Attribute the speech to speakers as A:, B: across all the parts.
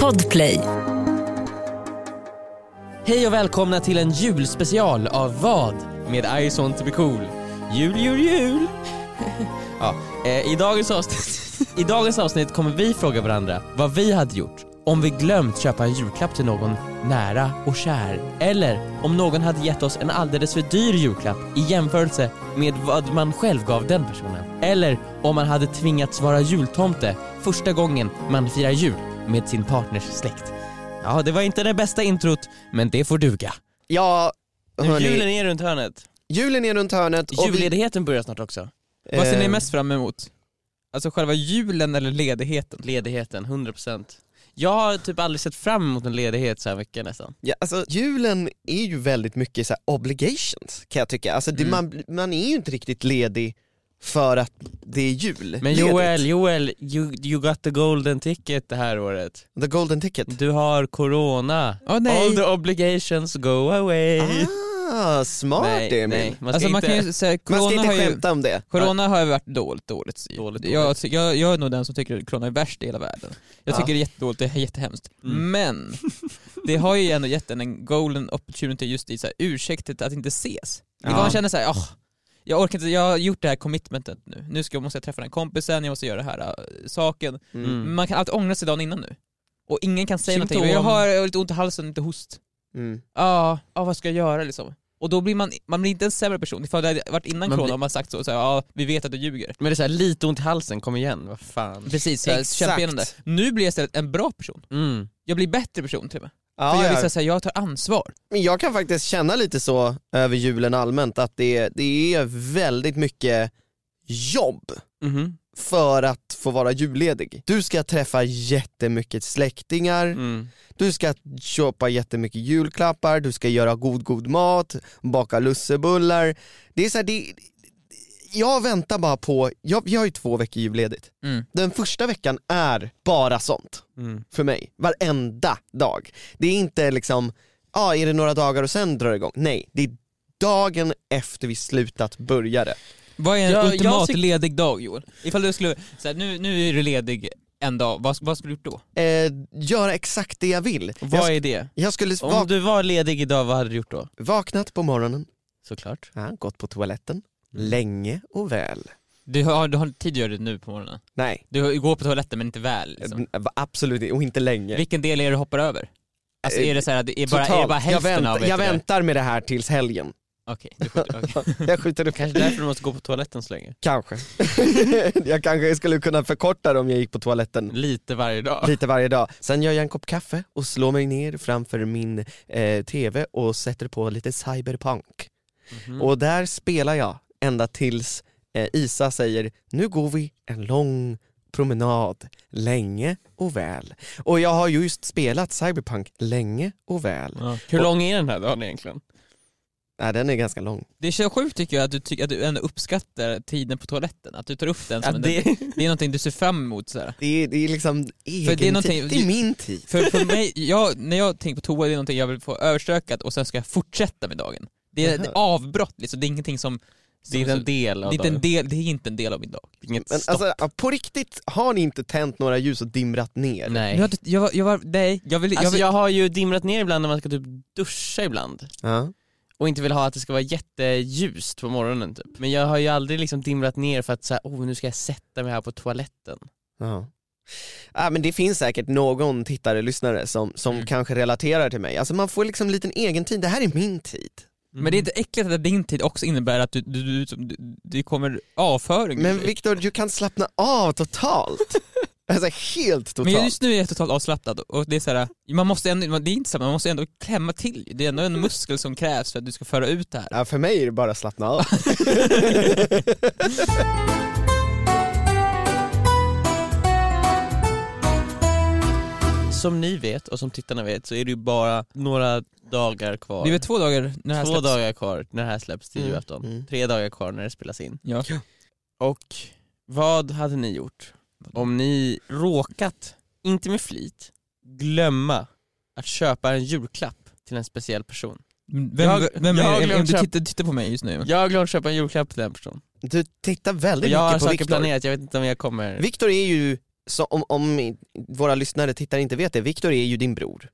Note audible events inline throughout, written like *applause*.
A: Podplay.
B: Hej och välkomna till en julspecial av Vad? Med I want to be cool. Jul, jul, jul! *laughs* ja, eh, i, dagens avsnitt, *laughs* I dagens avsnitt kommer vi fråga varandra vad vi hade gjort om vi glömt köpa en julklapp till någon nära och kär. Eller om någon hade gett oss en alldeles för dyr julklapp i jämförelse med vad man själv gav den personen. Eller om man hade tvingats vara jultomte första gången man firar jul med sin partners släkt. Ja, det var inte det bästa introt, men det får duga.
C: Ja, hörni.
B: Julen
C: Julen,
B: är runt hörnet.
C: är runt hörnet. och vi-
B: Julledigheten börjar snart också.
D: Vad ser ni
C: eh,
D: mest fram emot? Alltså själva julen eller ledigheten?
B: Ledigheten, 100%. Jag har typ aldrig sett fram emot en ledighet så här mycket nästan.
C: Ja, alltså, julen är ju väldigt mycket så här obligations kan jag tycka. Alltså, det,
B: Mm.
C: man, man är ju inte riktigt ledig för att det är jul.
B: Men
C: Ledigt.
B: Joel, Joel, you, you got the golden ticket det här året.
C: The golden ticket.
B: Du har corona.
D: Åh nej!
B: All the obligations go away.
C: Ah, smart
B: nej,
C: Emil.
B: nej, man ska
D: alltså man
B: inte...
D: kan ju säga,
C: Man ska
D: corona
C: inte
D: har ju,
C: skämta om det.
D: corona har ju varit dåligt, dåligt.
B: Dåligt,
D: Jag,
B: dåligt.
D: ty- jag, jag är nog den som tycker att corona är värst i hela världen. Jag
C: Ja.
D: tycker det är jättedåligt, det är jättehemskt.
B: Mm.
D: Men det har ju ändå gett en en golden opportunity just i så här, ursäktet att inte ses.
C: Ja.
D: Man känner såhär, oh, jag orkar inte, jag har gjort det här commitmentet nu. Nu ska, måste jag träffa den här kompisen, jag måste göra den här äh, saken.
B: Mm.
D: Man kan alltid ångra sig dagen innan nu. Och ingen kan säga någonting.
B: Symptom.
D: Jag har jag har lite ont i halsen, lite host.
C: Mm.
D: Ja, ja vad ska jag göra liksom? Och då blir man, man blir inte en sämre person, ifall det hade varit innan
B: Man
D: corona
B: blir-
D: har man sagt så, så här, ja vi vet att du ljuger.
B: Men det är såhär, lite ont i halsen, kom igen, vad fan.
D: Precis, så här,
C: Exakt.
D: kämpa igenom det. Nu blir jag istället en bra person.
B: Mm.
D: Jag blir bättre person till och med. För
C: Ja,
D: jag
C: ja.
D: visar såhär, jag tar ansvar.
C: Men jag kan faktiskt känna lite så över julen allmänt att det, det är väldigt mycket jobb
B: Mhm.
C: för att få vara julledig. Du ska träffa jättemycket släktingar,
B: Mm.
C: du ska köpa jättemycket julklappar, du ska göra god god mat, baka lussebullar. Det är så här, det, jag väntar bara på, jag, jag har ju två veckor julledigt.
D: Mm.
C: Den första veckan är bara sånt
B: Mm.
C: för mig. Varenda dag. Det är inte liksom, ja ah, är det några dagar och sen drar det igång? Nej, det är dagen efter vi slutat börja det.
D: Vad är en
B: Jag- jag
D: ultimat
B: tyck-
D: ledig dag Joel? Ifall du skulle, så här, nu, nu är du ledig en dag, vad, vad skulle du gjort då?
C: Eh, göra exakt det jag vill.
B: Vad
C: jag,
B: är det?
C: jag skulle
B: Om
C: vak-
B: du var ledig idag, vad hade du gjort då?
C: vaknat på morgonen,
B: Såklart.
C: ja, gått på toaletten,
D: Mm.
C: länge och väl.
D: Du har, du har tid att göra det nu på morgonen.
C: Nej,
D: Du går på toaletten men inte väl. Liksom.
C: eh, absolut inte, och inte länge.
D: Vilken del är det du hoppar över? Alltså är det så här, att det är, bara, är det
C: Totalt.
D: bara
C: jag,
D: hälften
C: vänt,
D: av
C: jag
D: det?
C: väntar med det här tills helgen.
D: Okej, du skjuter- okej.
C: *laughs* Jag skjuter upp
B: Kanske därför du måste gå på toaletten så länge.
C: Kanske. *laughs* jag kanske skulle kunna förkorta det om jag gick på toaletten.
B: Lite varje dag.
C: lite varje dag. Sen gör jag en kopp kaffe och slår mig ner framför min eh, TV och sätter på lite cyberpunk.
B: Mhm.
C: Och där spelar jag ända tills eh, Isa säger nu går vi en lång promenad länge och väl. Och jag har just spelat cyberpunk länge och väl.
B: Hur lång är den här dagen egentligen?
C: Nej, den är ganska lång.
D: Det är så sjukt tycker jag att du, tycker att du ändå uppskattar tiden på toaletten, att du tar upp den som
B: Ja,
D: en,
B: det-
D: det... det är någonting du ser fram emot sådär.
C: Det är, det är liksom egen
D: det är någonting-
C: tid. Det är min tid.
D: För, för mig, jag, när jag tänker på toa, det är någonting jag vill få överstökat och sen ska jag fortsätta med dagen. Det är ett
C: Aha.
D: avbrott liksom, det är ingenting som...
B: Det är inte
D: som
B: en del
D: det
B: av
D: är inte en
B: dagen.
D: del, det är inte en del av min dag.
B: Inget
C: Men
B: stopp.
C: alltså, på riktigt, har ni inte tänt några ljus och dimrat ner?
B: Nej.
D: Nu har du- Jag, var- jag var, nej, jag vill, jag
B: Alltså
D: vill,
B: jag har ju dimrat ner ibland när man ska typ duscha ibland
C: Ja.
B: och inte vill ha att det ska vara jätteljust på morgonen typ. Men jag har ju aldrig liksom dimrat ner för att säga, oh nu ska jag sätta mig här på toaletten.
C: Ja. Ja, men det finns säkert någon tittare, lyssnare som, som
D: Mm.
C: kanske relaterar till mig. Alltså man får liksom en liten egen tid, det här är min tid.
D: Men det är inte äckligt att din tid också innebär att du, du, du, som- du, du kommer avföring.
C: Men Viktor, du kan slappna av totalt. alltså helt totalt.
D: Men just nu är jag totalt avslappnad och det är så här, man måste ändå, det är inte så, här, man måste ändå klämma till. Det är ändå en muskel som krävs för att du ska föra ut det här.
C: Ja, för mig är det bara slappna av.
B: Mm. Som ni vet och som tittarna vet så är det ju bara några dagar kvar.
D: Det är väl två dagar när det här
B: Två
D: släpps?
B: dagar kvar när det här släpps till
C: Mm.
B: julafton.
C: Mm.
B: Tre dagar kvar när det spelas in.
D: Ja.
B: Och vad hade ni gjort om ni råkat, inte med flit, glömma att köpa en julklapp till en speciell person?
D: Mm. Vem,
B: Jag-
D: vem
B: jag har
D: är det?
B: glömt
D: Du
B: köp-
D: tittar, tittar på mig just nu.
B: Jag har glömt köpa en julklapp till den personen.
C: Du tittar
B: Och
C: väldigt
B: jag har
C: mycket på
B: saker
C: Viktor.
B: planerat, jag vet inte om jag kommer...
C: Viktor är ju så om, om våra lyssnare tittar inte vet det, Viktor är ju din bror.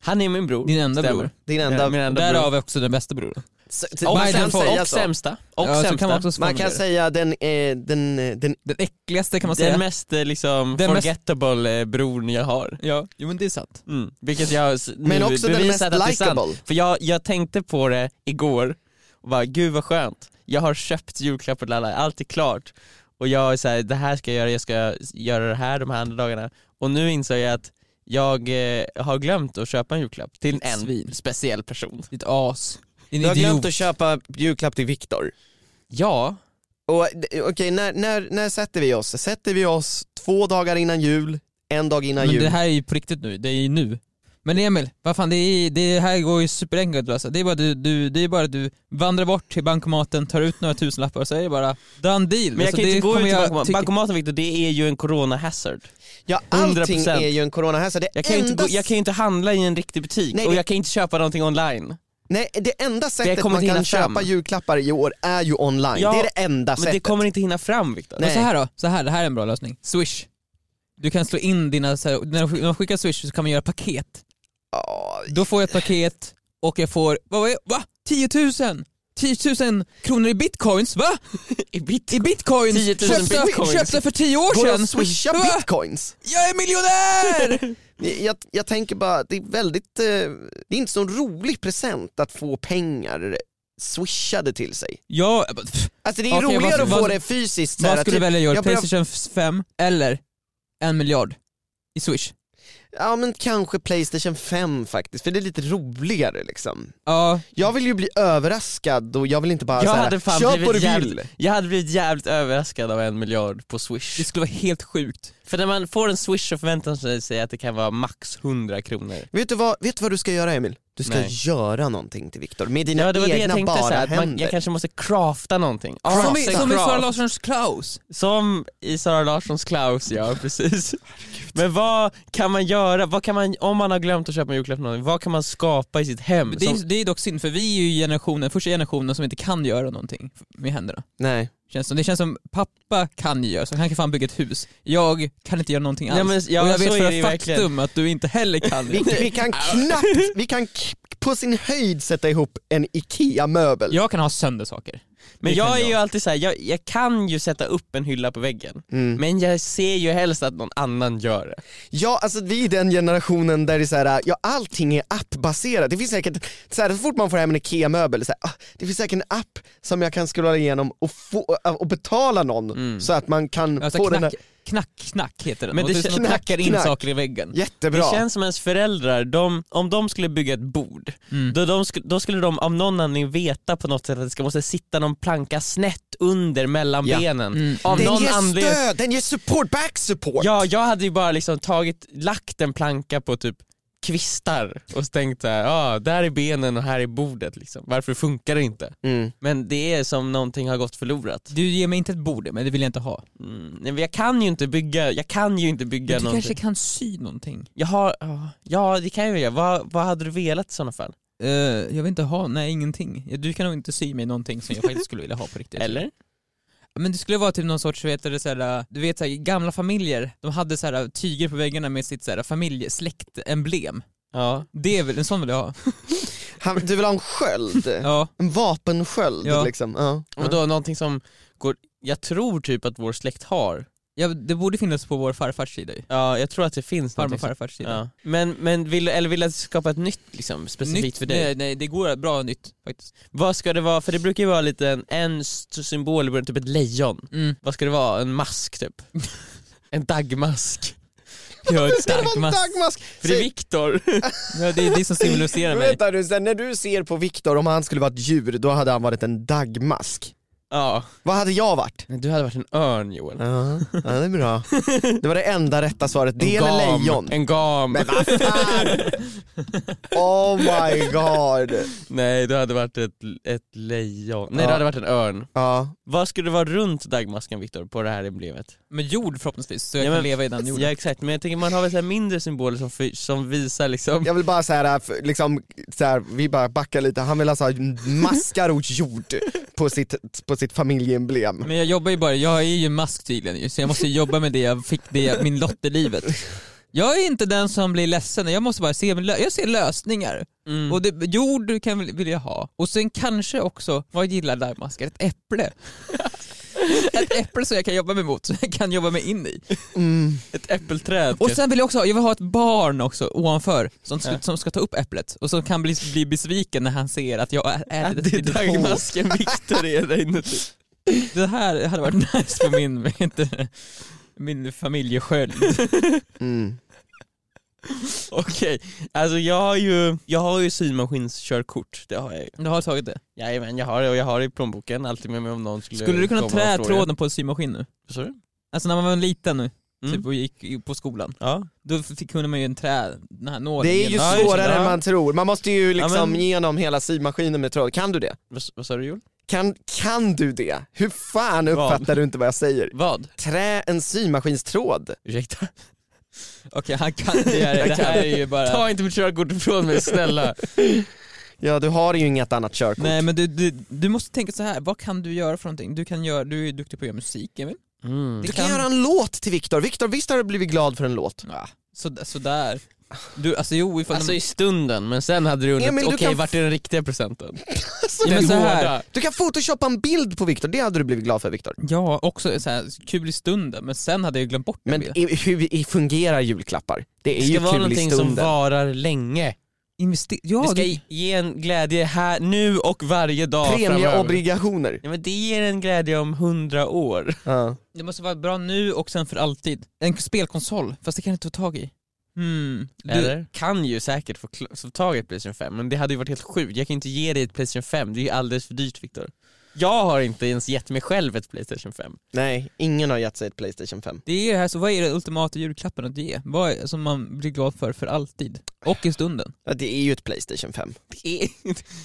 B: Han är min bror.
D: Din enda
B: Stämmer.
D: bror.
C: Din enda...
B: Min enda bror.
D: Därav också den bästa broren.
C: S-
B: Och,
C: man kan
B: sämsta-
C: säga
B: och
C: så.
B: sämsta. Och
D: Ja, så
B: sämsta.
D: Kan man, också
C: Man kan säga
D: säga.
C: den, eh, den, eh, den
D: Den äckligaste kan man säga.
B: den mest eh, liksom
D: Den mest-
B: forgettable mest... bron jag har.
D: Ja, jo men det är sant.
B: Mm. Vilket jag s- nu
C: Men också den mest
B: bevisat att det är sant.
C: likable.
B: För jag, jag tänkte på det igår och bara gud vad skönt, jag har köpt julklappar till alla, allt är klart. Och jag är såhär, det här ska jag göra, jag ska göra det här de här andra dagarna. Och nu insåg jag att jag eh, har glömt att köpa en julklapp till en
D: Svin.
B: speciell person.
D: Ditt as. Din
C: Du har glömt
D: idiot.
C: att köpa julklapp till Viktor.
B: Ja,
C: Och d- Okej, när, när, när sätter vi oss? Sätter vi oss två dagar innan jul, en dag innan
D: Men
C: jul?
D: det här är ju på riktigt nu, det är ju nu. Men Emil, vad fan det, är, det här går ju superenkelt att lösa. Det är bara du, du, det är bara du vandrar bort till bankomaten, tar ut några tusenlappar och så är det bara done deal.
B: men jag
D: Alltså,
B: kan ju
D: det
B: inte gå ut
D: kommer
B: till
D: jag
B: bankomaten.
D: tycka-
B: Bankomaten Victor, det är ju en corona-hazard.
C: Ja, allting
B: 100%.
C: är ju en corona här, så det
B: Jag kan, ju inte
C: enda...
B: gå, jag kan ju inte handla i en riktig butik
C: Nej,
B: och
C: det-
B: jag kan inte köpa någonting online.
C: Nej, det enda sättet
B: kommer
C: man
B: inte
C: kan
B: hinna fram.
C: köpa julklappar i år är ju online.
B: Ja,
C: det är det enda
B: Men
C: sättet.
B: det kommer inte hinna fram Victor.
C: Nej.
D: Men så här då, så här, det här är en bra lösning. Swish. Du kan slå in dina, så här, när de skick- när de skickar swish så kan man göra paket.
C: Ja,
D: Då får jag ett paket och jag får, vad var det? Va? 10 000! 10 000 kronor i bitcoins, va?
B: *laughs* I bit-
D: I bitcoins!
B: 10 000
D: köpta,
B: bitcoins.
D: köpta för 10 år
C: Går det
D: sedan!
B: *laughs*
C: att swisha
D: Va?
C: bitcoins?
D: Jag är miljonär!
C: Jag, jag tänker bara, att det är väldigt, eh, det är inte så rolig present att få pengar swishade till sig.
D: *laughs* ja,
C: Alltså det är
D: Okej,
C: roligare
D: vad-
C: att få
D: vad-
C: det fysiskt. så här,
D: vad
C: att
D: skulle du
C: typ-
D: välja George?
C: jag börjar-
D: Playstation 5 eller en miljard i swish?
C: Ja men kanske Playstation 5 faktiskt, för det är lite roligare liksom.
D: Ja,
C: Jag vill ju bli överraskad och jag vill inte bara
B: jag
C: såhär,
B: hade fan
C: köp vad du
B: blivit
C: vill.
B: jävligt, jag hade blivit jävligt överraskad av en miljard på swish.
D: det skulle vara helt sjukt.
B: För när man får en swish så förväntar man sig att det kan vara max 100 kronor.
C: Vet du, vad, vet du vad du ska göra Emil? Du ska
B: Nej.
C: göra någonting till Viktor med dina
B: Ja det var det jag
C: egna
B: tänkte
C: bara
B: så här, att
C: händer.
B: man, jag kanske måste crafta någonting.
C: Ja,
D: Som, i,
B: Crafta.
D: som i Sara
B: Craft.
D: Larssons Klaus.
B: Som i Sara Larssons Klaus,
D: *laughs*
B: ja precis. Men vad kan man göra, vad kan man, om man har glömt att köpa en julklapp till någon, vad kan man skapa i sitt hem?
D: Det är,
B: som,
D: det är dock synd för vi är ju generationen, första generationen som inte kan göra någonting med händerna.
C: Nej.
D: Känns som, det känns som pappa kan ju göra så han kan fan bygga ett hus. Jag kan inte göra någonting alls.
B: Ja, men- ja,
D: och jag
B: så
D: vet
B: är
D: för
B: det ju
D: ett faktum
B: verkligen.
D: att du inte
B: *laughs*
D: heller kan
C: Vi,
D: det.
C: vi kan knappt, vi kan k- på sin höjd sätta ihop en IKEA-möbel.
D: Jag kan ha sönder saker.
B: men
D: det kan
B: jag är
D: jag.
B: ju alltid så här, jag, jag kan ju sätta upp en hylla på väggen,
C: Mm.
B: men jag ser ju helst att någon annan gör det.
C: Ja, alltså vi är den generationen där det är så här, ja allting är appbaserat. Det finns säkert, så, här, så fort man får hem en IKEA-möbel, så här, ah, det finns säkert en app som jag kan scrolla igenom och, få, ah, och betala någon
B: Mm.
C: så att man kan
D: Alltså,
C: få
D: knack,
C: den här,
D: knack, knack heter den.
B: Men
D: Men
B: det
D: det
B: kän-
D: knack,
C: knack,
D: knackar in
C: knack.
D: saker i väggen.
C: jättebra.
B: Det känns som ens föräldrar, de, om de skulle bygga ett bord,
D: Mm.
B: då, de, sk- då skulle de av någon anledning veta på något sätt att det ska måste sitta någon planka snett under mellan
C: Ja.
B: benen.
D: Mm.
B: Av
C: den
B: någon
C: ger
B: anledning.
C: stöd, den ger support, back support.
B: Ja, jag hade ju bara liksom tagit, lagt en planka på typ kvistar och tänkt såhär, ja ah, där är benen och här är bordet liksom. Varför funkar det inte?
C: Mm.
B: Men det är som någonting har gått förlorat.
D: Du ger mig inte ett bord, men det vill jag inte ha.
B: Mm. nej, men Jag kan ju inte bygga, jag kan ju inte bygga
D: Men du
B: någonting.
D: kanske kan sy någonting?
B: Jag har, ja, ja det kan jag ju göra. Vad, vad hade du velat i sådana fall?
D: Eh, jag vill inte ha, nej ingenting. Du kan nog inte sy mig någonting som jag faktiskt skulle vilja ha på
B: *laughs*
D: riktigt.
B: Eller?
D: Men det skulle vara typ någon sorts, vet du, såhär, du vet såhär, gamla familjer, de hade såhär, tyger på väggarna med sitt såhär, familjesläktemblem.
B: Ja.
D: Det är väl, en sån vill
B: *laughs*
D: jag ha.
C: Han, du vill ha en sköld?
D: Ja.
C: En vapensköld
D: Ja.
C: liksom. Ja.
B: Och då någonting som går, jag tror typ att vår släkt har.
D: ja, det borde finnas på vår farfars sida ju.
B: Ja, jag tror att det finns
D: Farmor
B: någonting
D: och
B: som-
D: farfars sida.
B: Ja. Men, men vill, eller vill att skapa ett nytt liksom, specifikt
D: Nytt,
B: för dig?
D: Nej, nej, det går bra nytt
B: *laughs*
D: faktiskt.
B: Vad ska det vara, för det brukar ju vara lite en, en st- symbol i början, typ ett lejon.
D: Mm.
B: Vad ska det vara? En mask typ? *laughs* en *laughs* dagmask.
D: Ja,
B: *laughs*
C: Ska det vara en dagmask?
B: För det är
C: Se-
B: Viktor. *laughs*
D: Ja, det är det som symboliserar mig.
C: Vänta nu, sen när du ser på Viktor, om han skulle vara ett djur, då hade han varit en dagmask.
B: ja.
C: Vad hade jag varit?
B: Nej, Du hade varit en örn Joel.
C: Ja, ja, det
B: *laughs*
C: är bra. Det var det enda rätta svaret. Det eller lejon.
B: En gam.
C: Men vad fan! Oh my god.
B: Nej du hade varit ett, ett lejon. Nej
C: Ja.
B: du hade varit en örn.
C: Ja.
B: Vad skulle det vara runt dagmasken Viktor på det här emblemet?
D: Med jord förhoppningsvis, så jag
B: Ja, men-
D: kan leva i den jorden.
B: Ja exakt, men jag tänker man har väl så här mindre symboler som, för, som visar liksom
C: Jag vill bara så här, för- liksom, så här, vi bara backar lite. Han vill alltså ha maskar och jord på sitt, på sitt familjeemblem.
D: Men jag jobbar ju bara, jag är ju mask tydligen ju, så jag måste ju jobba med det jag fick, det, jag- min lott i livet. Jag är inte den som blir ledsen, jag måste bara se, min lö- jag ser lösningar.
B: Mm.
D: Och det, jord kan vill jag ha. Och sen kanske också, vad gillar dagmaskar? Ett äpple. *laughs* Ett äpple som jag kan jobba mig mot, som jag kan jobba mig in i.
C: Mm.
B: Ett äppelträd. typ.
D: Och
B: kanske.
D: sen vill jag också ha- jag vill ha ett barn också ovanför som ska, som ska ta upp äpplet och som kan bli, bli besviken när han ser att jag ä- äter ett litet hål.
B: dagmasken Viktor är där inuti.
D: *laughs* Det här hade varit nice för min, *laughs* vad heter det? min familjesköld.
C: Mm.
B: Okej, alltså jag har ju, jag har ju symaskinskörkort, det har jag ju.
D: Du har tagit det.
B: Jajamän, jag har det och jag har det i plånboken alltid med mig om någon skulle
D: Skulle du kunna
B: komma
D: trä
B: och fråga.
D: tråden på en symaskin nu?
B: Vad sa du?
D: Alltså när man var liten nu,
B: Mm.
D: typ och gick i- på skolan,
B: Ja.
D: då fick, kunde man ju en trä, den här nålen.
C: Det är ju
D: genom-
B: just
C: svårare
B: det.
C: än man tror, man måste ju liksom
B: Ja, men-
C: genom hela symaskinen med tråd. Kan du det?
B: Vad, vad sa du Joel?
C: Kan, kan du det? Hur
B: Vad?
C: fan uppfattar du inte vad jag säger?
B: Vad?
C: Trä en symaskinstråd.
B: Ursäkta?
D: Okej, han kan det här, det här är ju
B: *laughs*
D: bara...
B: Ta inte mitt körkort ifrån mig snälla.
C: Ja du har ju inget annat körkort.
D: Nej men du, du, du måste tänka så här. vad kan du göra för någonting? Du, kan göra, du är ju duktig på att göra musik Emil.
B: *laughs* Mm.
C: du kan, göra en låt till Viktor, Viktor visst har du blivit glad för en låt?
D: Ja, så, sådär. Du, alltså jo, ifall
B: Alltså i stunden, men sen hade du undrat,
C: Emil, du
B: okej
C: kan-
B: vart är den riktiga presenten?
C: *laughs* Alltså,
D: Ja, men
B: Den
D: så här-
B: hårda.
C: Du kan photoshoppa en bild på Viktor, det hade du blivit glad för Viktor.
D: Ja, också så här, kul i stunden, men sen hade jag ju glömt bort
C: Men
D: det.
C: i, hur i fungerar julklappar? Det är
B: Det
C: ju
B: ska vara
C: kul i
B: någonting som
C: stunden.
B: varar länge.
D: Investe- ja,
B: det ska
D: det-
B: ge en glädje här, nu och varje dag framöver.
C: Premieobligationer.
B: Ja, men det ger en glädje om hundra år.
C: *laughs* Ja.
D: det måste vara bra nu och sen för alltid. En spelkonsol, fast det kan jag inte ta tag i. Hmm. Du,
B: Du kan ju säkert få, kl- få tag i ett Playstation 5, men det hade ju varit helt sjukt. Jag kan inte ge dig ett Playstation 5, det är ju alldeles för dyrt Viktor. Jag har inte ens gett mig själv ett Playstation 5.
C: Nej, ingen har gett sig ett Playstation 5.
D: Det är det här, så vad är den ultimata julklappen att ge? Vad är, som man blir glad för för alltid? Och i stunden.
C: Ja, det är ju ett Playstation 5.
B: Det är,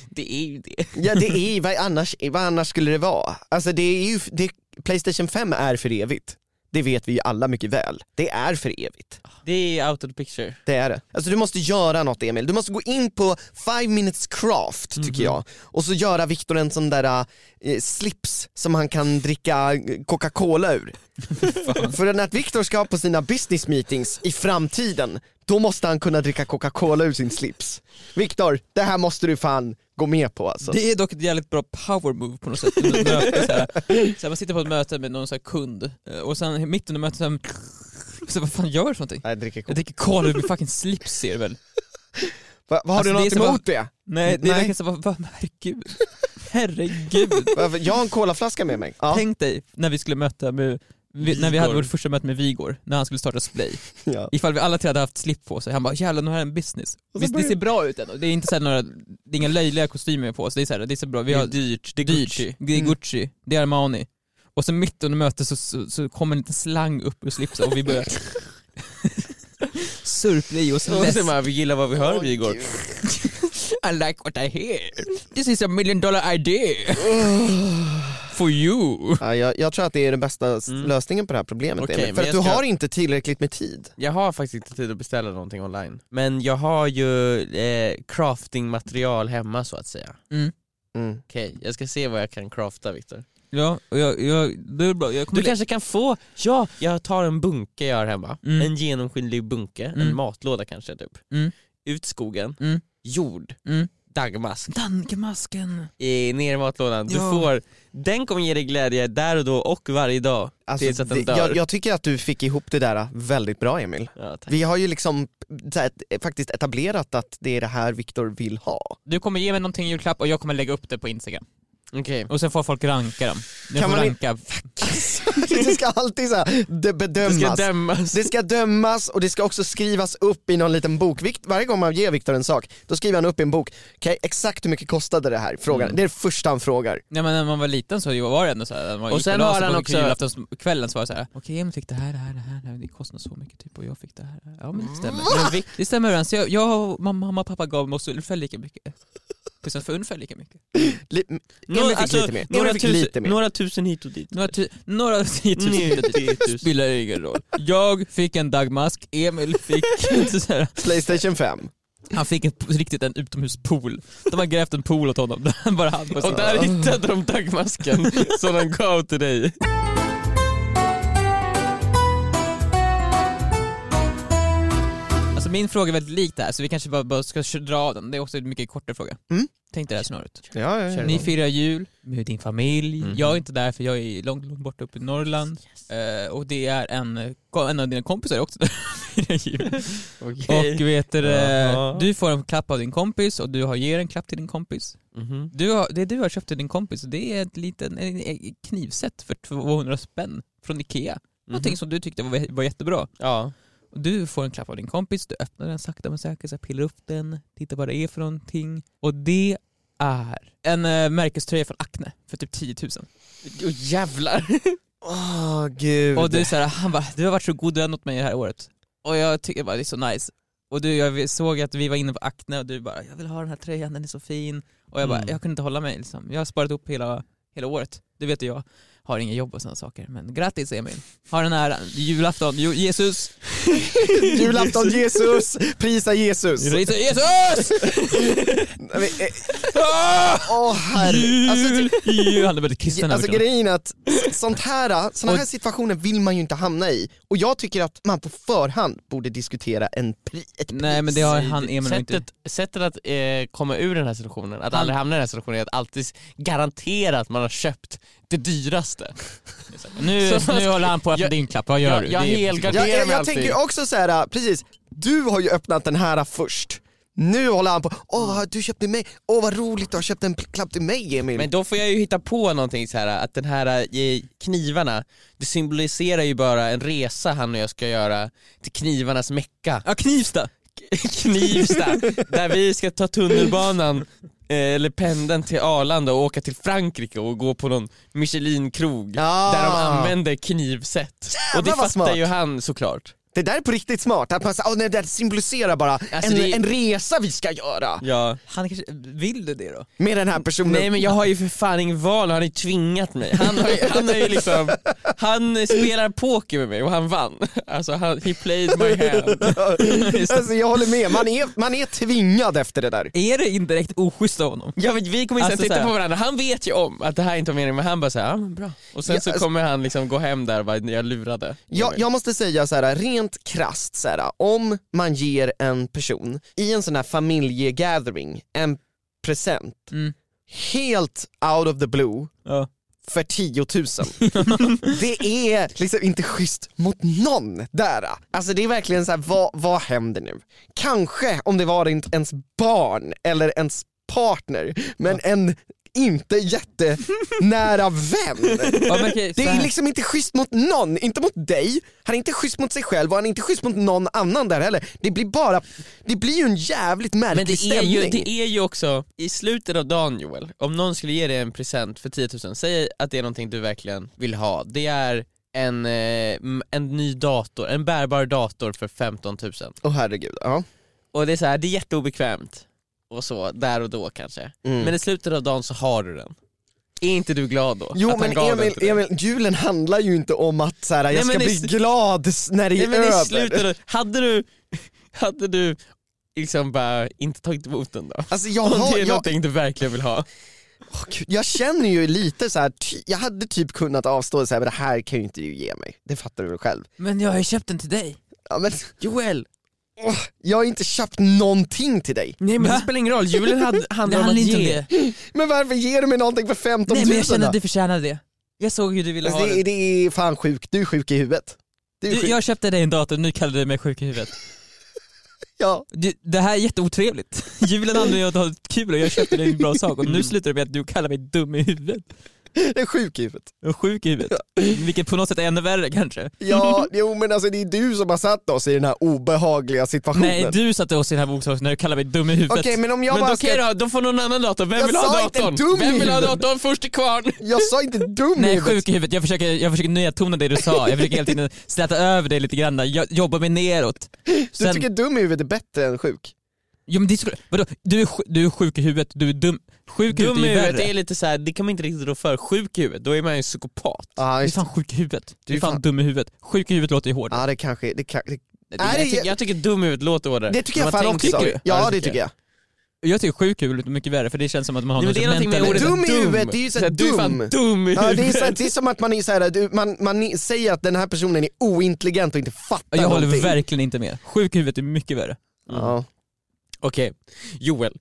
B: det är ju det.
C: Ja det är ju, vad annars, vad annars skulle det vara? Alltså det är ju, det, Playstation 5 är för evigt. Det vet vi ju alla mycket väl. Det är för evigt.
B: Det är out of the *laughs* picture.
C: Det är det. Alltså du måste göra något Emil, du måste gå in på five minutes craft
D: Mhm.
C: tycker jag. Och så göra Viktor en sån där eh, slips som han kan dricka eh, Coca-Cola
D: *laughs*
C: ur. För när Viktor ska på sina business meetings i framtiden, då måste han kunna dricka Coca-Cola ur sin slips. Viktor, det här måste du fan gå med på alltså.
D: Det är dock ett jävligt bra power move på något sätt. Under ett möte, så här. Så här, man sitter på ett möte med någon så här kund eh, och sen mitt under mötet så, här, så här, vad fan gör du för någonting?
C: Nej, dricka Coca-
D: Jag dricker kola ur min fucking slips ser du väl?
C: Va, vad har du
D: Alltså, det är
C: något
D: så bara-
C: emot det?
D: Nej, det
C: Nej.
D: verkar så, vad, vad, herregud. Herregud.
C: Varför- Jag har en colaflaska med mig. Ja.
D: Tänk dig när vi skulle möta med, vi, när vi hade
B: Vigor.
D: vårt första möte med Vigor, när han skulle starta Splay.
C: Ja.
D: Ifall vi alla tre hade haft slip på sig, han bara jävlar nu har jag en business.
C: Och så
D: Visst det
C: börjar-
D: ser bra ut ändå, det är inte så här några, det är inga löjliga kostymer på oss, det är så här, det ser bra, vi
B: Det är
D: har
B: dyrt, det är Gucci.
D: dyrt, det är Gucci, Mm. det är Armani. Och sen mitt under mötet så, så, så kommer en liten slang upp ur slipsen och vi *laughs* börjar surpla i oss
B: Och
D: läsk.
B: sen bara, vi gillar vad vi hör vi igår.
D: I like what I hear. This is a million dollar idea. *sighs* For you.
C: Ja, jag, jag tror att det är den bästa s- lösningen på det här problemet
B: Mm. Okej,
C: Emil. För
B: men
C: att du
B: jag ska-
C: har inte tillräckligt med tid.
B: Jag har faktiskt inte tid att beställa någonting online. Men jag har ju eh, craftingmaterial hemma så att säga.
C: Mm.
B: Okej, jag ska se vad jag kan crafta Viktor.
D: Ja, och jag, jag, det är bra. Jag kommer
B: Du kanske kan få, ja, jag tar en bunke jag har hemma.
D: Mm.
B: En genomskinlig bunke, en
D: Mm.
B: matlåda kanske typ.
D: Mm.
B: Ut i skogen,
D: Mm.
B: jord,
D: Mm.
B: dagmask,
D: Dankmasken.
B: eh, ner i matlådan. Du
D: Ja.
B: får, den kommer ge dig glädje där och då och varje dag. Tills
C: Alltså,
B: att den
C: det,
B: dör.
C: jag, jag tycker att du fick ihop det där väldigt bra Emil.
B: Ja, tack.
C: Vi har ju liksom så här, eh, faktiskt etablerat att det är det här Viktor vill
B: *laughs*
C: ha.
D: Du kommer ge mig någonting i julklapp och jag kommer lägga upp det på Instagram.
B: Okej.
D: Och sen får folk ranka dem. Jag
C: Kan
D: får
C: man i-
D: ranka.
C: det ska alltid så här, det
B: Det
C: bedömas.
B: ska dämmas.
C: Det ska dömas och det ska också skrivas upp i någon liten bok. Vikt- Varje gång man ger Viktor en sak, då skriver han upp i en bok. Okej, exakt hur mycket kostade det här? Frågan.
B: Mm.
C: Det är det första han frågar.
D: Ja, men när man var liten så var det ändå så här. när Man
B: Och
D: gick
B: sen
D: la sig
B: har han
D: på
B: också-
D: Julaftonskvällen så var det så här. Okej, Emil fick det här, det här, det här, det här. Det kostar så mycket typ och jag fick det här. Ja men det stämmer.
B: Men Vic-
D: Det stämmer överens. Jag, jag och mamma, mamma och pappa gav oss ungefär lika mycket. Precis, för ungefär lika mycket.
C: Li- Emil
B: Nå-
C: fick
B: alltså,
C: lite mer.
B: *laughs* Några
C: Emil fick
B: tusen,
C: lite mer.
B: några tusen hit och dit.
D: Några, tu- några tiotusen
B: Nej,
D: hit och dit.
B: 10 000. *laughs*
D: Spelar ingen roll. Jag fick en dagmask, Emil fick... så här,
C: Playstation 5.
D: Han fick en, riktigt en utomhuspool. De har grävt en pool åt honom. *laughs* där Han bara hade på sig.
B: Och där hittade de dagmasken som de gav till dig.
D: Alltså min fråga är väldigt lik det här så vi kanske bara, bara ska dra av den. Det är också en mycket kortare fråga.
C: Mm.
D: Tänk dig det här scenariot.
C: Ja, ja, ja.
D: Ni firar jul med din familj.
B: Mhm.
D: Jag är inte där för jag är långt, långt borta uppe i Norrland. Eh, och det är en, en av dina kompisar också där *laughs* och firar jul. *laughs* Och vet du, eh,
B: Jaha.
D: du får en klapp av din kompis och du har, ger en klapp till din kompis.
B: Mhm.
D: Du har, det du har köpt till din kompis det är ett liten en- en knivset för 200 spänn från Ikea. Någonting som du tyckte var, var jättebra.
B: Ja.
D: Och du får en klapp av din kompis, du öppnar den sakta men säkert, så här, pillar upp den, tittar vad det är för någonting. Och det är en eh, märkeströja från Acne för typ 10 000.
B: Åh jävlar.
C: *laughs* Åh gud.
D: Och du är såhär, han bara, du har varit så god vän åt mig det här året. Och jag tycker bara det är så nice. Och du, jag såg att vi var inne på Acne och du bara, jag vill ha den här tröjan, den är så fin. Och jag bara,
B: Mm.
D: jag kunde inte hålla mig liksom. Jag har sparat upp hela, hela året. Du vet ju jag har inga jobb och sådana saker. Men grattis Emil, ha den här julafton, ju- Jesus, *laughs*
C: Julafton Jesus, prisa Jesus.
D: Jesus! Jesus!
C: Nej, men, eh,
D: Ah!
C: Åh herre. Alltså,
D: Jul!
C: typ-
D: Jul! *laughs* Han är väldigt kristen
C: Alltså
D: här
C: grejen är att sånt här, eh, såna här situationer vill man ju inte hamna i. Och jag tycker att man på förhand borde diskutera en pri, ett pris.
D: Nej men det har han Emil nog inte.
B: sättet, sättet att eh, komma ur den här situationen, att aldrig hamna i den här situationen, är att alltid garantera att man har köpt det dyraste.
D: Nu,
B: Så-
D: nu håller han på att öppna
B: Jag-
D: din klapp, vad gör
B: jag-
D: du?
B: jag
D: Det är-
B: helgarderar-
C: Jag, jag,
B: med
C: jag
B: allting.
C: tänker också så här, eh, precis, du har ju öppnat den här eh, först. Nu håller han på, åh du köpte mig, åh vad roligt du har köpt en pl- klapp till mig Emil.
B: Men då får jag ju hitta på någonting så här att den här eh, knivarna, det symboliserar ju bara en resa han och jag ska göra till knivarnas mecka.
D: Ja, Knivsta!
B: Knivsta, där vi ska ta tunnelbanan eh, eller pendeln till Arlanda och åka till Frankrike och gå på någon Michelin-krog
C: Ah.
B: där de använder knivset. och det
C: vad
B: fattar
C: smart.
B: ju han såklart.
C: Det där är på riktigt smart, att man, så- åh, nej, det där symboliserar bara en,
B: Alltså, det-
C: en resa vi ska göra
B: Ja.
D: Han kanske, vill du det då?
C: med den här personen.
B: Nej men jag har ju för fan ingen val, han har ju tvingat mig. Han har ju, han har ju liksom, han spelar poker med mig och han vann. Alltså han, he played my hand.
C: *laughs*
B: *laughs*
C: alltså, jag håller med, man är, man är tvingad efter det där.
D: Är det indirekt oschysst av honom?
B: Ja, men vi kommer ju sen
D: Alltså,
B: titta
D: så här-
B: på varandra, han vet ju om att det här inte var meningen men han bara såhär, ja men bra. Och sen
C: Ja,
B: så
C: alltså-
B: kommer han liksom gå hem där och bara, jag lurade.
C: Jag, jag måste säga så här rent krasst, så här, om man ger en person i en sån här familjegathering en present,
D: Mm.
C: helt out of the blue,
D: Ja.
C: för 10
D: *laughs*
C: 000. det är liksom inte schysst mot någon där. Alltså det är verkligen så här, vad, vad händer nu? Kanske om det var inte ens barn eller ens partner, men en inte jättenära vän.
D: *laughs* Ja, men okej, så
C: Det är
D: här.
C: liksom inte schysst mot någon, inte mot dig, han är inte schysst mot sig själv och han är inte schysst mot någon annan där heller. Det blir bara, det blir ju en jävligt märklig
B: Men det är,
C: stämning.
B: ju, det är ju också, i slutet av dagen Joel, om någon skulle ge dig en present för 10 000, säg att det är någonting du verkligen vill ha. Det är en, eh, m- en ny dator, en bärbar dator för 15 000.
C: Åh herregud, ja.
B: Och det är så här, det är jätteobekvämt och så, där och då kanske.
C: Mm.
B: Men i slutet av dagen så har du den. Är inte du glad då?
C: Jo
B: Att han
C: men
B: gav den
C: Emil,
B: till dig?
C: Emil, julen handlar ju inte om att så här, jag
B: Nej,
C: ska
B: men
C: bli
B: i sl-
C: glad s- när det
B: Nej,
C: är
B: men
C: över.
B: i slutet, av- hade du, *laughs* hade du liksom bara inte tagit emot den då?
C: Alltså jag,
B: Om
C: har,
B: det är
C: jag,
B: någonting du verkligen vill ha.
C: åh, gud, jag känner ju lite så här, ty, jag hade typ kunnat avstå så här, men det här kan ju inte du ge mig. Det fattar du väl själv.
D: Men jag har ju köpt den till dig.
C: Ja, men, *laughs*
B: Joel,
C: jag har inte köpt någonting till dig.
B: Nej men
D: Va?
B: det spelar ingen roll, julen
D: *laughs*
B: hade- handlar om att ge.
D: det.
C: Men varför ger du mig någonting för 15
D: Nej
C: 000
D: men jag kände
C: då?
D: att du förtjänade det. Jag såg hur du ville
C: Alltså,
D: ha
C: det, är-
D: den.
C: det är fan sjukt, du är sjuk i huvudet. Du är
D: Du,
C: sjuk.
D: jag köpte dig en dator, nu kallar du mig sjuk i huvudet.
C: Ja.
D: Du, det här är jätteotrevligt. *laughs* Julen handlar ju om att ha kul och jag köpte dig en bra sak och nu slutar det med att du kallar mig dum i huvudet.
C: Det är sjuk i huvudet.
D: Och sjuk i huvudet. Vilket på något sätt är ännu värre kanske.
C: Ja, jo men alltså det är du som har satt oss i den här obehagliga situationen.
D: Nej, du satte oss i den här bokstaven när du kallade mig dum i huvudet.
C: Okej men om jag
B: Men
C: bara
B: då,
C: ska...
B: okay då, då får någon annan dator. Vem
C: Jag
B: vill ha
C: sa inte
B: datorn?
C: dum i
B: Vem vill ha
C: huvudet.
B: datorn? Först är kvarn.
C: Jag sa inte dum i
D: Nej,
C: huvudet.
D: sjuk i huvudet. Jag försöker, jag försöker nedtona det du sa. Jag försöker hela tiden släta över dig lite grann. Jag jobbar mig neråt.
C: Du
D: Sen-
C: tycker dum i huvudet är bättre än sjuk?
D: Jo men det skulle, vadå? Du är, sj- du är sjuk i huvudet, du är dum. Sjuk i
B: Dum i
D: huvudet är ju
B: huvudet
D: värre.
B: är lite så här, det kan man inte riktigt rå för. Sjuk i huvudet, då är man ju en psykopat.
C: Ja,
D: Du är
C: just...
D: fan sjuk i huvudet. Du är
C: är
D: fan
C: fan-
D: dum i huvudet. Sjuk i huvudet låter ju hårdare.
C: ja det kanske, det kan, det,
B: Jag,
C: det-
B: tycker- jag tycker dum ut låter hårdare.
C: Det tycker
B: Men
C: jag
B: vad
C: fan
B: tänker
C: också.
B: du?
C: Ja det tycker jag.
D: Jag tycker sjuk är väl mycket värre för det känns som att man har
B: Nej, men
D: någon
B: det är någonting med
D: mental-
B: ordet
C: Dum i huvudet, det är ju så här
B: Du är fan
C: dum.
B: dum i
C: Ja, det, är
B: huvudet.
C: så, det är som att man, är så här, du, man, man i- säger att den här personen är ointelligent och inte fattar
D: Jag håller
C: någonting.
D: verkligen inte med. Sjuk i huvudet är mycket värre.
C: Ja.
B: Okej, Joel.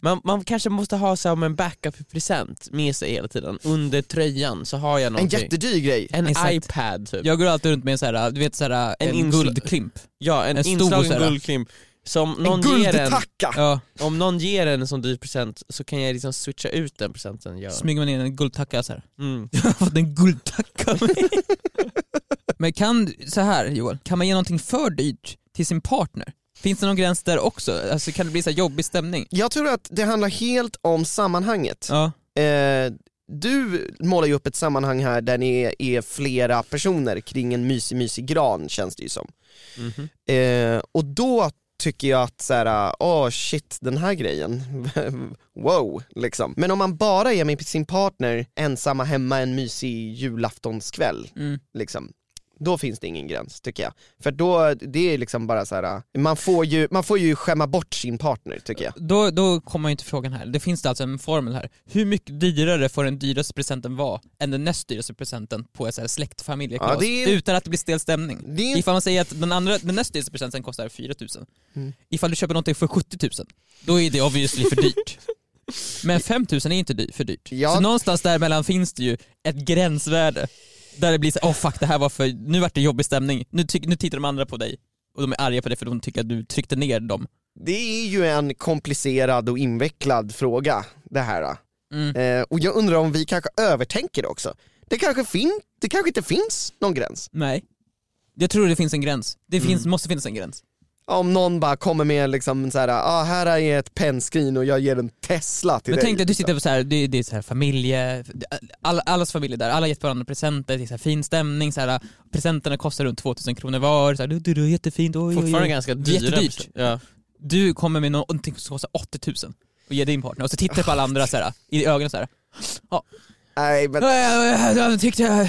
B: man, man kanske måste ha som en backup-present med sig hela tiden. Under tröjan så har jag
C: En
B: någonting.
C: jättedyr grej.
B: En
D: Exakt.
B: iPad typ. Ja,
D: Jag går alltid runt med en så här, du vet så här,
B: En
D: en,
B: insla-
D: guldklimp.
B: en,
D: en stor så
B: inslagen
D: här.
B: guldklimp. Som
C: En
B: någon ger en,
C: guldtacka!
D: Ja,
B: om någon ger en sån dyr present så kan jag liksom switcha ut den presenten. Jag.
D: smyger man in en guldtacka så här.
B: Mm.
D: *laughs* Jag har fått en guldtacka av mig. Men kan, så här Joel, kan man ge någonting för dyrt till sin partner? Finns det någon gräns där också? Alltså kan det bli så här jobbig stämning?
C: Jag tror att det handlar helt om sammanhanget.
D: Ja,
C: Eh, du målar ju upp ett sammanhang här där ni är, är flera personer kring en mysig mysig gran känns det ju som.
B: Mhm.
C: Eh, och då tycker jag att så här, ah, åh shit den här grejen, *laughs* wow liksom. Men om man bara är med sin partner ensamma hemma en mysig julaftonskväll
D: mm.
C: liksom. Då finns det ingen gräns tycker jag. För då, det är liksom bara så här. man får ju, man får ju skämma bort sin partner tycker jag.
D: då, då kommer ju inte frågan här. Det finns det alltså en formel här. Hur mycket dyrare får den dyraste presenten vara än den näst dyraste presenten på ett så här släktfamiljekalas?
C: Ja, det är-
D: Utan att det blir stel stämning?
C: Det är,
D: Ifall man säger att den, andra, den näst dyraste presenten kostar 4000
C: Mm.
D: Ifall du köper någonting för 70 000 då är det obviously för dyrt.
C: *laughs*
D: Men 5000 är inte dy- för dyrt.
C: Ja.
D: Så någonstans däremellan finns det ju ett gränsvärde. Där det blir så åh oh, fuck det här var för, nu vart det jobbig stämning. Nu, ty- nu tittar de andra på dig och de är arga på dig för de tycker att du tryckte ner dem.
C: det är ju en komplicerad och invecklad fråga det här.
D: Mm.
C: Eh, och jag undrar om vi kanske övertänker det också. Det kanske, fin- det kanske inte finns någon gräns.
D: Nej. Jag tror det finns en gräns. Det finns,
C: Mm.
D: måste finnas en gräns.
C: Om någon bara kommer med liksom så här, ah, här är ett pennskrin och jag ger en Tesla till
D: Men
C: dig.
D: tänk dig att du
C: liksom.
D: sitter på så här, det, det är så här familje, alla, allas familjer där, alla har gett varandra presenter, det är så här fin stämning, så här, presenterna kostar runt 2000 kronor var, så här, du, du, du, jättefint, oj, oj,
B: Fortfarande
D: oj.
B: ganska dyra.
D: Jättedyrt.
B: pres- Ja.
D: Du kommer med någonting som kostar 80 000 och ger din partner och så tittar du på alla andra så här, i ögonen så här.
C: liksom. Nej, men...
D: "Äh, äh, äh, tyckte jag...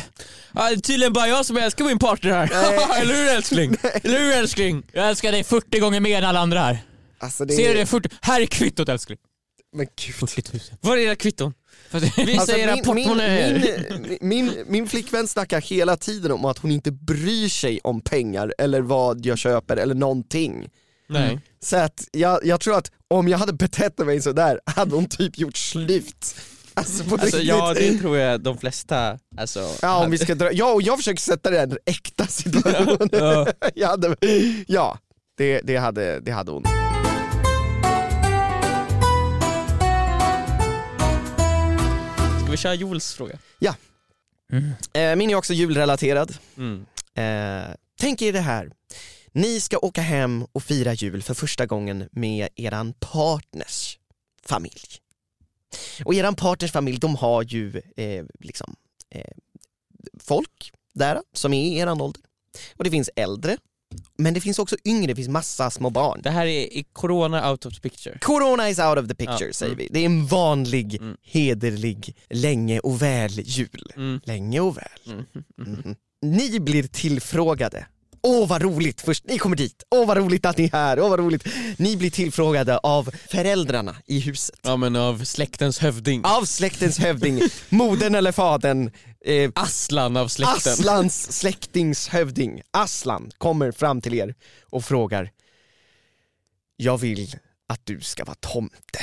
B: Ja, det är tydligen bara jag som älskar min partner här.
D: *laughs*
C: *laughs* Nej.
B: Eller hur älskling? Eller hur älskling?
D: Jag älskar dig 40 gånger mer än alla andra här.
C: Alltså, det
D: Ser du
C: är...
D: det? 40... Här är kvittot älskling.
C: Men gud.
D: 40 000.
B: Var är era kvitton?
D: Fast-
B: Vi
C: Alltså,
B: säger
C: min, min,
B: portmonnaie.
C: min, min, min flickvän snackar hela tiden om att hon inte bryr sig om pengar eller vad jag köper eller någonting.
D: Mm.
B: Nej.
C: Så att jag, jag tror att om jag hade betett mig sådär hade hon typ gjort slut. Alltså på
B: Alltså
C: riktigt.
B: ja, det tror jag de flesta alltså,
C: Ja, om vi ska dra, ja, och jag försöker sätta det i den äkta situationen.
D: Ja.
C: jag hade, ja, det, det, hade, det hade hon.
B: Ska vi köra Joels fråga?
C: Eh, min är också julrelaterad.
B: Mm.
C: Eh, tänk er det här. Ni ska åka hem och fira jul för första gången med eran partners familj. Och eran partners familj, de har ju eh, liksom eh, folk där som är i eran ålder. Och det finns äldre, men det finns också yngre, det finns massa små barn.
B: Det här är i corona out of the picture.
C: Corona is out of the picture
B: Ja,
C: säger
B: mm.
C: vi. Det är en vanlig,
B: Mm.
C: hederlig, länge och väl jul.
B: Mm.
C: Länge och väl.
B: Mm.
C: Mhm. Ni blir tillfrågade. Åh vad roligt först, ni kommer dit. Åh vad roligt att ni är här, åh vad roligt. Ni blir tillfrågade av föräldrarna i huset.
B: Ja men av släktens hövding.
C: Av släktens hövding, modern eller fadern, eh,
B: Aslan av släkten.
C: Aslans släktings hövding, Aslan, kommer fram till er och frågar. Jag vill att du ska vara tomte.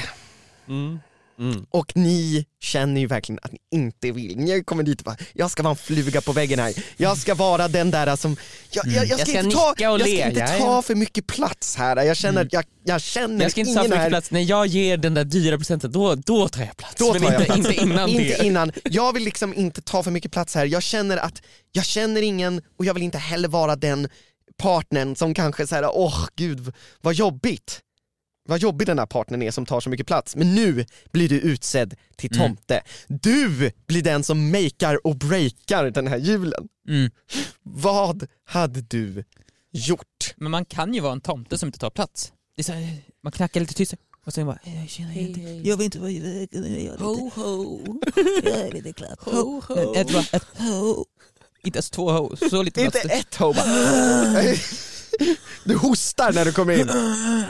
B: Mm. Mm.
C: Och ni känner ju verkligen att ni inte vill. Ni kommer dit och bara, jag ska vara en fluga på väggen här. Jag ska vara den där som, jag, jag, jag, ska,
B: Mm. ska
C: inte ta,
B: nicka och
C: jag
B: le,
C: ska inte
B: ja,
C: ta
B: ja. Mm.
C: för mycket plats här. Jag känner, jag, jag känner
B: Jag ska inte ta för
C: ingen
B: mycket
C: här.
B: plats, när jag ger den där dyra presenten då, då tar jag plats.
C: Då
B: men
C: tar jag
B: inte,
C: plats.
B: inte innan
C: Inte
B: det.
C: innan. Jag vill liksom inte ta för mycket plats här. Jag känner att, jag känner ingen och jag vill inte heller vara den partnern som kanske så här, åh gud vad jobbigt. Vad jobbig den här partnern är som tar så mycket plats. Men nu blir du utsedd till
D: Mm.
C: tomte. Du blir den som makear och breakar den här julen.
D: Mm.
C: Vad hade du gjort?
D: Men man kan ju vara en tomte som inte tar plats. Det är så här, man knackar lite tyst och sen bara "Eh, tjena, jag, heter, jag vill inte vara jag vill inte-
A: Ho ho. Jag är lite klapp. Ho ho.
D: Men Ett, bara, ett, ho. Inte ens två ho, så lite
C: Inte
D: plötsligt.
C: ett hoba. *laughs* Du hostar när du kommer in.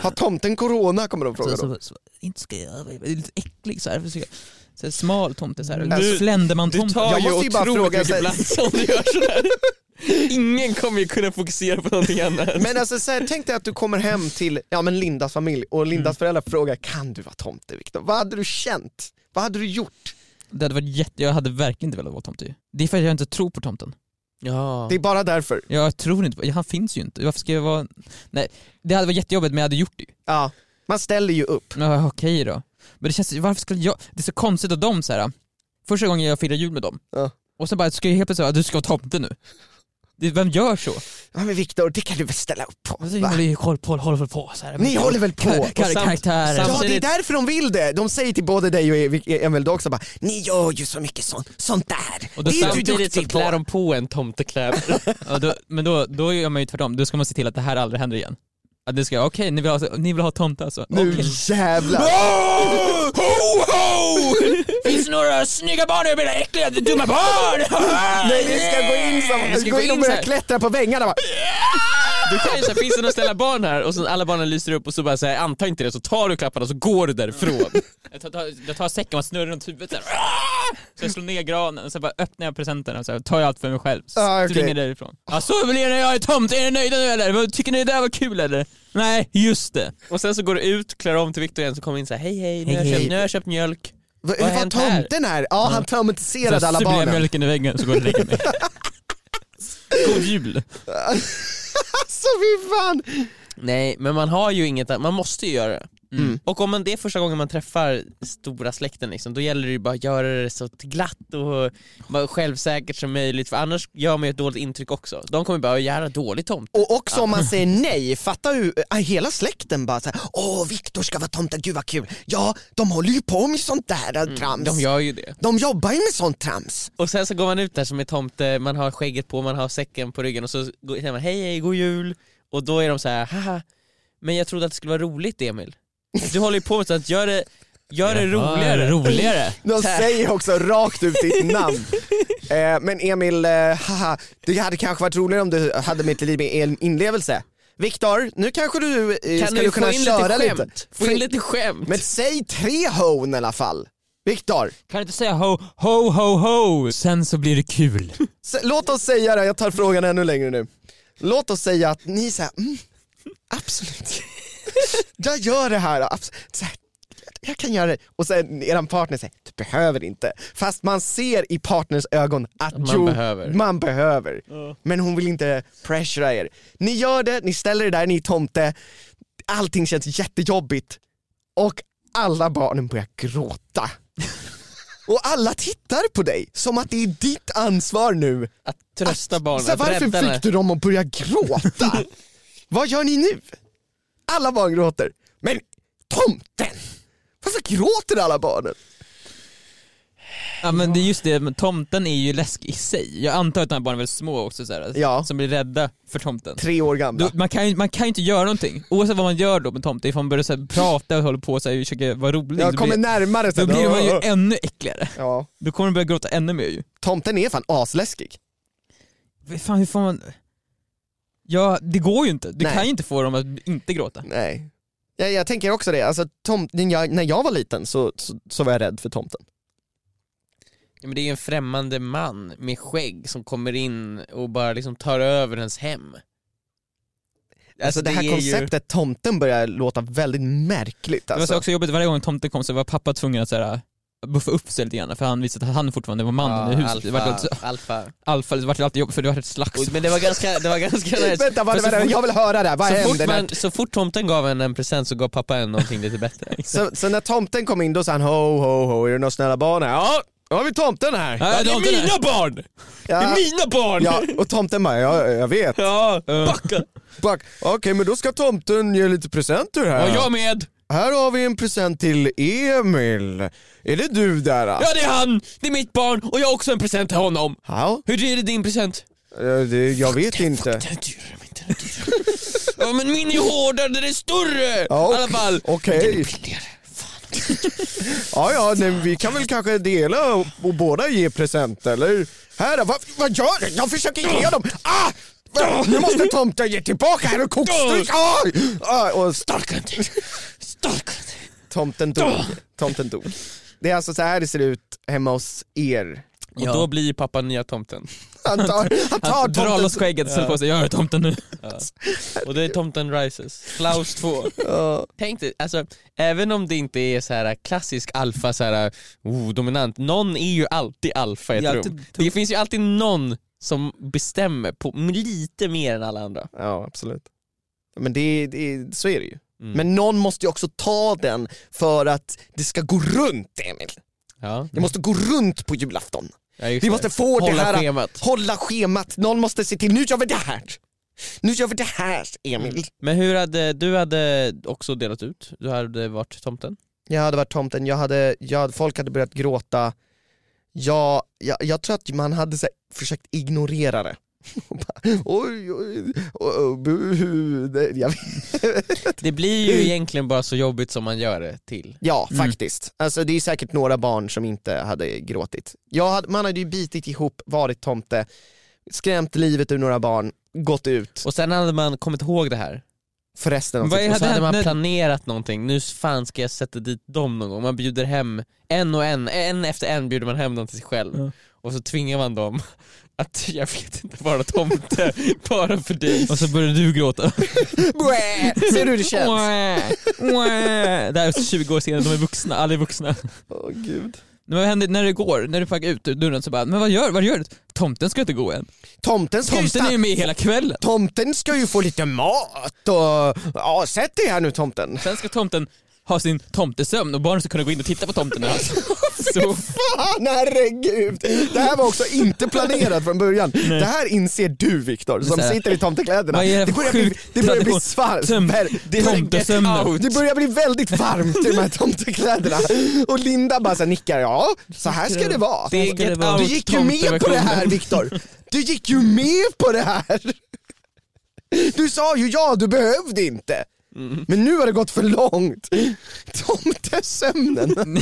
C: Har tomten corona kommer de fråga
D: så,
C: då.
D: så, så, Inte ska jag, det är lite äcklig så här, för så, så här smal tomte så här,
C: Du-
B: Du
D: Fländerman-tomte.
B: tar
C: Alltså, Jag
B: ju
C: måste ju bara
B: otroligt
C: fråga
B: mycket
C: sig-
B: plats om du gör sådär. *laughs* Ingen kommer ju kunna fokusera på någonting annat.
C: Men alltså, så här, tänk dig att du kommer hem till ja, men Lindas familj och Lindas föräldrar frågar kan du vara tomte Viktor? Vad hade du känt? Vad hade du gjort?
D: Det hade varit jätte, jag hade verkligen inte velat vara tomte ju. Det är för att jag inte tror på tomten.
B: Ja.
C: Det är bara därför.
D: Jag tror inte på, han finns ju inte. Varför ska jag vara... Nej, det hade varit jättejobbigt men jag hade gjort det ju.
C: Ja, man ställer ju upp.
D: Ja, okej då. Men det känns, varför skulle jag, det är så konstigt av dem så här. Första gången jag firar jul med dem,
C: Ja.
D: och sen bara, ska jag helt plötsligt säga du ska vara tomte nu. Det, vem gör så?
C: Ja men Viktor, det kan du väl ställa upp på?
D: Alltså, ni
C: Va?
D: håller ju koll på, håller väl på så här.
C: Ni håller väl på?
D: Kar- kar-
B: samt-
D: karaktärer.
B: samt-
C: Ja det är
B: Samtidigt-
C: därför de vill det! De säger till både dig och E- Emil då också bara Ni gör ju så mycket sånt, sånt där!
D: Och
C: det
D: då
C: är du
B: Samtidigt så
C: duktig på!
B: typ klär de på en tomtekläder.
D: Ja, då, men då, då gör man ju tvärtom, då ska man se till att det här aldrig händer igen. Att det ska, okej, ni vill ha, ni vill ha tomte alltså?
C: Nu *laughs*
D: Okej.
C: jävlar!
D: ho, ho! Finns det några snygga barn här? Jag menar äckliga dumma barn!
C: Nej vi ska gå in,
D: Jag
C: som,
D: ska
C: gå
D: gå
C: in och
D: in
C: börja
D: så här.
C: klättra på väggarna bara.
B: Du säger såhär, finns det några snälla barn här? Och så alla barnen lyser upp och så bara säger anta inte det, så tar du klapparna och så går du därifrån.
D: Jag tar, tar, jag tar säcken och snurrar runt huvudet såhär. Så jag slår ner granen och så bara öppnar jag presenterna och så här, tar jag allt för mig själv. Så
C: Ah, okej.
D: springer därifrån. Ja, så blir det när jag är tomt, är ni nöjda nu eller? Vad- Tycker ni det där var kul eller? Nej, just det.
B: Och sen så går du ut, klär om till Victor igen, så kommer in såhär, hej hej, nu har
D: Hej,
B: jag
D: hej.
B: köpt, nu har jag köpt mjölk.
C: Vad
B: har
C: var
B: hänt här?
C: tomten här? Ja han
D: Så
C: traumatiserade alla
D: suger jag
C: barnen.
D: mjölken i väggen så går jag och
C: *laughs*
D: lägger mig. God jul.
C: Alltså fy fan!
B: Nej, men man har ju inget man måste ju göra det.
D: Mm.
B: Och om man, det är första gången man träffar stora släkten liksom, då gäller det ju bara att göra det så glatt och bara självsäkert som möjligt för annars gör man ju ett dåligt intryck också. De kommer bara göra dålig tomt.
C: Och också om man säger nej, fatta hur äh, hela släkten bara såhär Åh Viktor ska vara tomte, gud vad kul. Ja, de håller ju på med sånt där äh, trams.
B: De gör ju det.
C: de jobbar ju med sånt trams.
B: Och sen så går man ut där som är tomte, man har skägget på, man har säcken på ryggen och så går- säger man hej hej, god jul. Och då är de så här, haha, men jag trodde att det skulle vara roligt Emil. Du håller ju på med sånt, att gör det, gör det roligare.
D: Roligare.
C: De
B: Tack.
C: säger också rakt ut ditt *laughs* namn. Eh, men Emil, eh, haha, det hade kanske varit roligare om du hade mitt liv med en inlevelse. Viktor, nu kanske du eh,
B: Kan
C: skulle
B: du få
C: kunna
B: in
C: köra
B: lite skämt? Få in
C: Fri-
B: lite skämt.
C: Men säg tre hon i alla fall. Viktor,
D: Kan du inte säga ho, ho, ho, ho? Sen så blir det kul.
C: s- låt oss säga det, jag tar frågan ännu längre nu. Låt oss säga att ni säger, mm, absolut. *laughs* Jag gör det här, abs- så här, jag kan göra det. Och sen eran partner säger, du behöver inte. Fast man ser i partners ögon att
B: Man
C: jo,
B: behöver.
C: man behöver. Men hon vill inte pressura er. Ni gör det, ni ställer er där, ni är tomte. Allting känns jättejobbigt. Och alla barnen börjar gråta. Och alla tittar på dig som att det är ditt ansvar nu.
B: Att trösta
C: Så
B: barnen, att
C: varför
B: rädda
C: fick
B: henne.
C: du dem att börja
D: *laughs*
C: gråta? Vad gör ni nu? Alla barn gråter. Men tomten! Varför gråter alla barnen?
D: Ja men det är just det, men tomten är ju läskig i sig. Jag antar att de här barnen är väldigt små också så här,
C: Ja.
D: som blir rädda för tomten.
C: Tre år gamla.
D: Då, man, kan ju, man kan ju inte göra någonting, oavsett vad man gör då med tomten, ifall man börjar så här, prata och håller på och så här, försöker vara rolig,
C: Jag
D: så
C: kommer
D: blir,
C: närmare
D: då
C: sen.
D: blir man ju ännu äckligare.
C: ja.
D: Då kommer de börja gråta ännu mer ju.
C: Tomten är fan asläskig.
D: Fan hur får man... Ja, det går ju inte. Du
C: Nej.
D: kan ju inte få dem att inte gråta.
C: Nej. Jag, jag tänker också det, alltså, tom, när, jag, när jag var liten så, så, så var jag rädd för tomten.
B: Ja, men det är ju en främmande man med skägg som kommer in och bara liksom tar över ens hem.
C: Alltså, det, här
B: är
C: konceptet tomten börjar låta väldigt märkligt
D: Det var
C: alltså.
D: så också jobbigt, varje gång tomten kom så var pappa tvungen att så här, äh, buffa upp sig lite grann för han visste att han fortfarande var mannen i
B: ja,
D: huset. Det var
B: alfa,
D: alltid,
B: alfa.
D: alfa, det var alltid jobbigt för det var ett slagsmål.
B: Och- Men det var ganska, det var
C: *laughs*
B: ganska nice.
C: Vänta, vad,
B: För så
C: vänta,
B: fort-
C: jag vill höra det här, vad
B: så
C: hände?
B: fort,
C: när-
B: man, så fort tomten gav henne en present så gav pappa henne någonting lite *laughs* bättre.
C: Så, så när tomten kom in då sa han ho ho ho, är det några snälla barn här? Ja, då har vi tomten här.
D: Nej, det var inte det.
B: barn!
C: Ja,
B: mina barn!
C: ja. Och tomten bara, ja jag vet.
B: Ja, backa!
C: Back. Okej men då ska tomten ge lite presenter här.
B: med!
C: Här har vi en present till Emil. Är det du där? då?
B: det är han! Det är mitt barn och jag har också en present till honom.
C: Ja,
B: Hur dyr är din present?
C: eh, det, jag vet inte.
B: Den är dyrare, men den är dyrare. *laughs* ja men min är hårdare, den är större!
C: Ja,
B: I alla fall.
C: Okej.
B: Billigare. Fan.
A: Ja, ja, nej, vi kan väl kanske dela och, och båda ge present, eller? Här, vad, vad gör du? Jag försöker ge dem! Ah! va- Nu måste tomten ge tillbaka här och kokstryk! Ah! Ah, och starka
C: Tomten dog. Tomten dog. Det är alltså så här det ser ut hemma hos er.
B: Och då blir pappa nya tomten.
A: Han tar, han tar
D: Han drar
A: tomten.
D: loss skägget och ställer på sig, jag är tomten nu.
B: Och det är Tomten Rises. Klaus
C: *laughs*
B: 2. Tänk dig, alltså, även om det inte är så här klassisk alfa, så här, oh, dominant, någon är ju alltid alfa i
D: Det är
B: ett rum.
D: alltid
B: Det finns ju alltid någon som bestämmer på lite mer än alla andra.
C: Ja, absolut. Men det, det, så är det ju.
B: Mm.
C: Men någon måste ju också ta den för att det ska gå runt, Emil.
B: Ja,
C: Det måste gå runt på julafton.
B: ja just
C: Vi
B: det.
C: måste få det
B: Hålla
C: här,
B: schemat.
C: hålla schemat. Någon måste se till, nu gör vi det här. Nu gör vi det här, Emil.
B: Men hur hade, du hade också delat ut, du hade varit tomten?
C: Jag hade varit tomten, jag hade, jag, hade- folk hade börjat gråta. Jag, jag, jag tror att man hade så här, försökt ignorera det. *laughs* Och bara, oj, oj, oj, oj, buhu. Det- Jag
B: Det blir ju egentligen bara så jobbigt som man gör det till.
C: Ja,
D: Mm.
C: faktiskt. Alltså, det är säkert några barn som inte hade gråtit. Jag hade, man hade ju bitit ihop, varit tomte, skrämt livet ur några barn, gått ut
B: Och sen hade man kommit ihåg det här.
C: för resten av
D: Vad
C: sitt
D: är-
B: Och så hade
D: hänt
B: man
D: när-
B: planerat någonting, nu fan ska jag sätta dit dem någon gång. Man bjuder hem en och en, en efter en bjuder man hem dem till sig själv.
D: Ja.
B: Och så tvingar man dem *laughs* att, jag vet inte, vara tomte *laughs* bara för dig.
D: Och så börjar du gråta. *laughs*
C: Bäh! Ser du hur det känns?
D: Mwah, mwah. Det här är 20 år senare, de är vuxna, alla är vuxna.
C: Åh gud.
D: Men vad händer när du går, när du packar ut ur dörren så bara, men vad gör, vad gör du? Tomten ska inte gå än.
C: Tomten ska, ju
D: Tomten är
C: sta-
D: ju med hela kvällen.
C: tomten ska ju få lite mat och... Ja, sätt dig här nu tomten.
D: Sen ska tomten ha sin tomtesömn och barnen ska kunna gå in och titta
C: *laughs*
D: på tomten. Alltså. Så,
C: Fan herregud! Det här var också inte planerat från början. Det här inser du Viktor som
D: Så här,
C: sitter i tomtekläderna.
D: vad är det
C: Det
D: för
C: börjar bli,
D: sjuk
C: det börjar bli
D: tradition? Töm-
C: svart. Det är
D: tomtesömnen.
C: *laughs* Det börjar bli väldigt varmt i de här tomtekläderna. Och Linda bara så här nickar, ja så här ska det vara.
D: Det är get out
C: Du gick ju med på det här Viktor. Du gick ju med på det här. Du sa ju ja, du behövde inte. Men nu har det gått för långt. Tomtesömnen.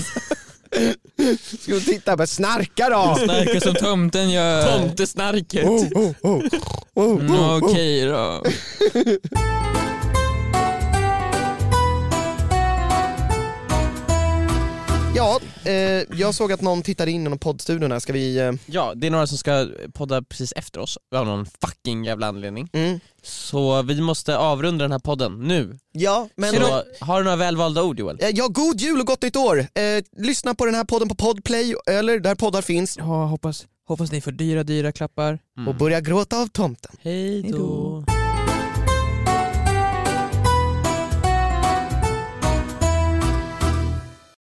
C: Ska du titta på snarka då?
D: snarkar som tomten gör.
B: Tomtesnarket!
C: Oh, oh, oh. Oh,
D: Mm, *laughs*
C: oh, oh.
D: Okej då.
C: Ja, eh, jag såg att någon tittade in i poddstudion här. Ska vi... Eh,
B: Ja, det är några som ska podda precis efter oss av någon fucking jävla anledning.
C: mm.
B: Så vi måste avrunda den här podden nu.
C: Ja, men...
B: Så, har du några välvalda ord Joel?
C: Eh, Ja, god jul och gott nytt år! Eh, lyssna på den här podden på Podplay eller där poddar finns.
D: Ja, hoppas, hoppas ni får dyra, dyra klappar.
B: Mm.
C: Och börja gråta av tomten.
B: Hej
D: Hej
B: då.
D: då.